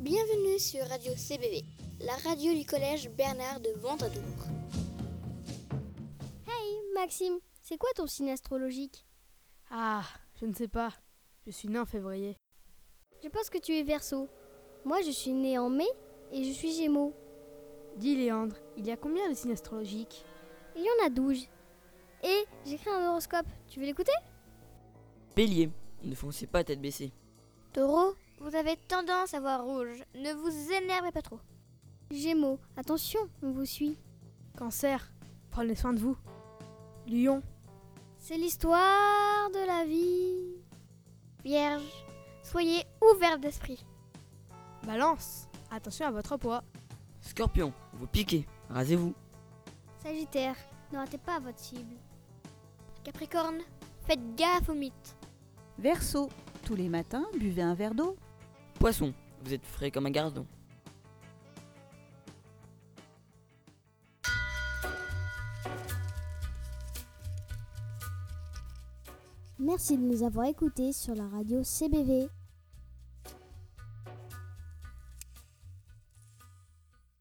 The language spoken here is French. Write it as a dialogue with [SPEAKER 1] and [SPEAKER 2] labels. [SPEAKER 1] Bienvenue sur Radio CBB, la radio du collège Bernard de Ventadour.
[SPEAKER 2] Hey Maxime, c'est quoi ton signe astrologique
[SPEAKER 3] Ah, je ne sais pas. Je suis né en février.
[SPEAKER 2] Je pense que tu es verso. Moi je suis né en mai et je suis gémeaux.
[SPEAKER 3] Dis Léandre, il y a combien de signes astrologiques
[SPEAKER 2] Il y en a 12. Et j'ai créé un horoscope, tu veux l'écouter
[SPEAKER 4] Bélier, ne foncez pas tête baissée.
[SPEAKER 2] Taureau,
[SPEAKER 1] Vous avez tendance à voir rouge, ne vous énervez pas trop.
[SPEAKER 2] Gémeaux, attention, on vous suit.
[SPEAKER 3] Cancer, prenez soin de vous. Lion,
[SPEAKER 2] C'est l'histoire de la vie.
[SPEAKER 1] Vierge, soyez ouvert d'esprit.
[SPEAKER 3] Balance, attention à votre poids.
[SPEAKER 4] Scorpion, vous piquez, rasez-vous.
[SPEAKER 2] Sagittaire, ne ratez pas votre cible.
[SPEAKER 1] Capricorne, faites gaffe aux mythes.
[SPEAKER 5] Verseau, tous les matins, buvez un verre d'eau.
[SPEAKER 4] Poisson, vous êtes frais comme un gardon.
[SPEAKER 2] Merci de nous avoir écoutés sur la radio CBV.